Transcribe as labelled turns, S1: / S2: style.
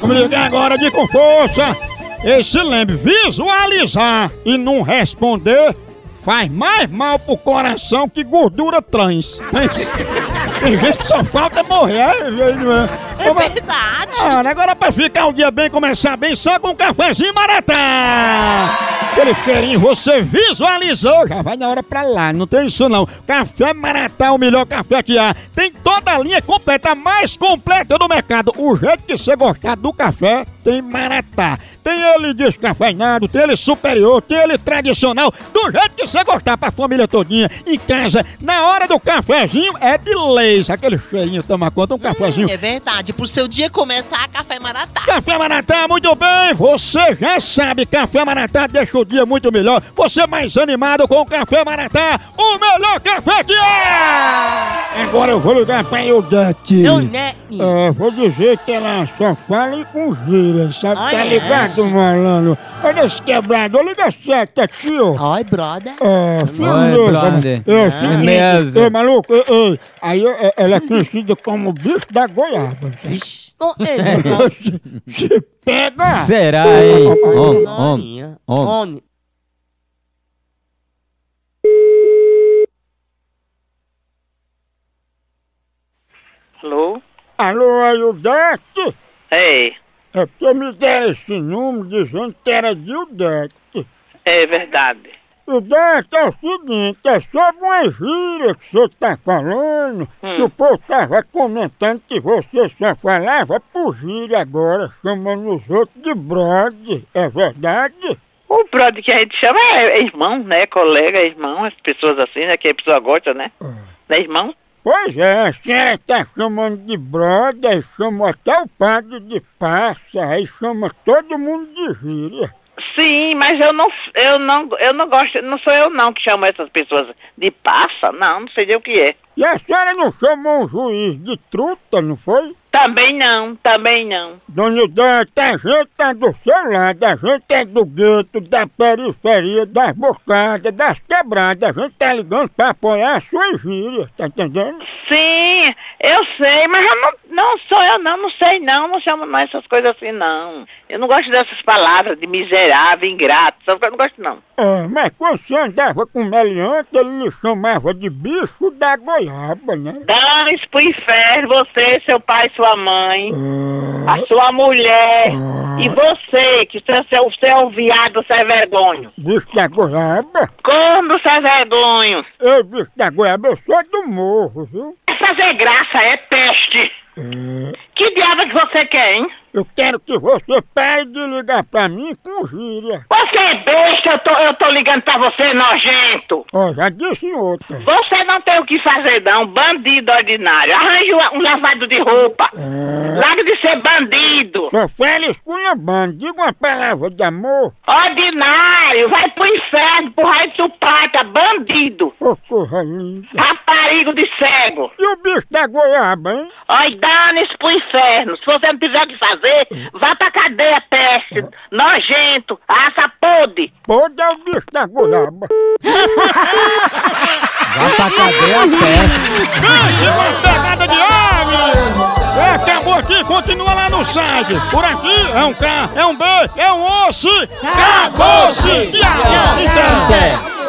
S1: Vamos ligar agora de com força. E se lembre, visualizar e não responder faz mais mal pro coração que gordura trans. Tem gente que só falta morrer. É, é, é.
S2: É verdade.
S1: Ora, agora pra ficar um dia bem, começar bem, só com um cafezinho maratá. Aquele cheirinho você visualizou, já vai na hora pra lá, não tem isso não. Café Maratá é o melhor café que há. Tem toda a linha completa, a mais completa do mercado. O jeito que você gostar do café, tem Maratá. Tem ele descafeinado, tem ele superior, tem ele tradicional. Do jeito que você gostar pra família todinha, em casa, na hora do cafezinho, é de leis. Aquele cheirinho, toma conta, um cafezinho.
S2: É verdade. Pro seu dia começar, café maratá.
S1: Café Maratá, muito bem! Você já sabe, Café Maratá deixa o dia muito melhor. Você mais animado com o Café Maratá, o melhor café que é! Agora eu vou ligar pra Eudete.
S2: Eu, né?
S1: É, vou dizer que ela só fala com gíria, sabe?
S2: Ah,
S1: tá
S2: é?
S1: ligado, malandro? Olha esse quebrado, liga certo aqui, ó.
S2: Oi, brother.
S1: É,
S3: brother.
S1: É,
S3: É
S1: seguinte,
S3: mesmo.
S1: Ei, maluco, ei, ei. Aí é, ela é conhecida como bicho da goiaba.
S2: Vixe. né?
S1: Se pega!
S3: Será, hein? Homem, homem. homem.
S4: Alô?
S1: Alô, Ayudete?
S4: É,
S1: É porque me deram esse número dizendo que era de Udete.
S4: é verdade.
S1: Udete é o seguinte, é sobre uma gíria que você tá falando, que o povo tava comentando que você só falava por gíria agora, chamando os outros de brode, é verdade?
S4: O brother que a gente chama é, é irmão, né? Colega, é irmão, as pessoas assim, né? Que a pessoa gosta, né? Não é irmão?
S1: Pois é, a senhora tá chamando de brode, aí chama até o padre de passa, aí chama todo mundo de gíria.
S4: Sim, mas eu não, eu não, eu não gosto, não sou eu não que chamo essas pessoas de passa, não, não sei nem o que é.
S1: E a senhora não chamou um juiz de truta, não foi?
S4: Também não, também não.
S1: Dona Idete, a gente é do seu lado, a gente é do gueto, da periferia, das bocadas, das quebradas, a gente tá ligando pra apoiar a sua gíria, tá entendendo?
S4: Sim, eu sei, mas eu não, não sou eu não, não sei não, não chamo não essas coisas assim não. Eu não gosto dessas palavras de miserável, ingrato, sabe? eu não gosto não.
S1: É, mas quando você andava com o meliante, ele lhe chamava de bicho da goiaba, né?
S4: Dane-se pro inferno, você, seu pai, sua mãe, a
S1: Uhum. É,
S4: sua mulher, e você, que você, você, é um- você é um viado sem vergonho.
S1: Bicho da goiaba?
S4: Como sem vergonho?
S1: Ei, bicho da goiaba, eu sou do morro, viu? É,
S4: Fazer graça é peste. Que diabo é que você quer, hein?
S1: Eu quero que você pare de ligar pra mim com gíria.
S4: Você é besta, eu tô, eu tô ligando pra você, nojento.
S1: Ó, já disse em outra.
S4: Você não tem o que fazer, não. Bandido ordinário. Arranje um, um lavado de roupa. Larga de ser bandido.
S1: Sou Félix Cunhambano, diga uma palavra de amor.
S4: Ordinário. Vai pro inferno, pro raio de supaca. Bandido.
S1: Ô, corra linda.
S4: Raparigo de cego.
S1: E o bicho da goiaba, hein?
S4: Olha, dane-se pro inferno. Se você não tiver o que fazer, vá pra cadeia, peste. Nojento. Aça podre.
S1: Pode é o bicho da goiaba.
S3: Vai pra cadeia a peste.
S1: Bicho, uma pegada de homem! É, acabou aqui, continua lá no site. Por aqui é um K, é um B, é um osso. Acabou-se! Tchau, tchau, tchau.
S3: Até.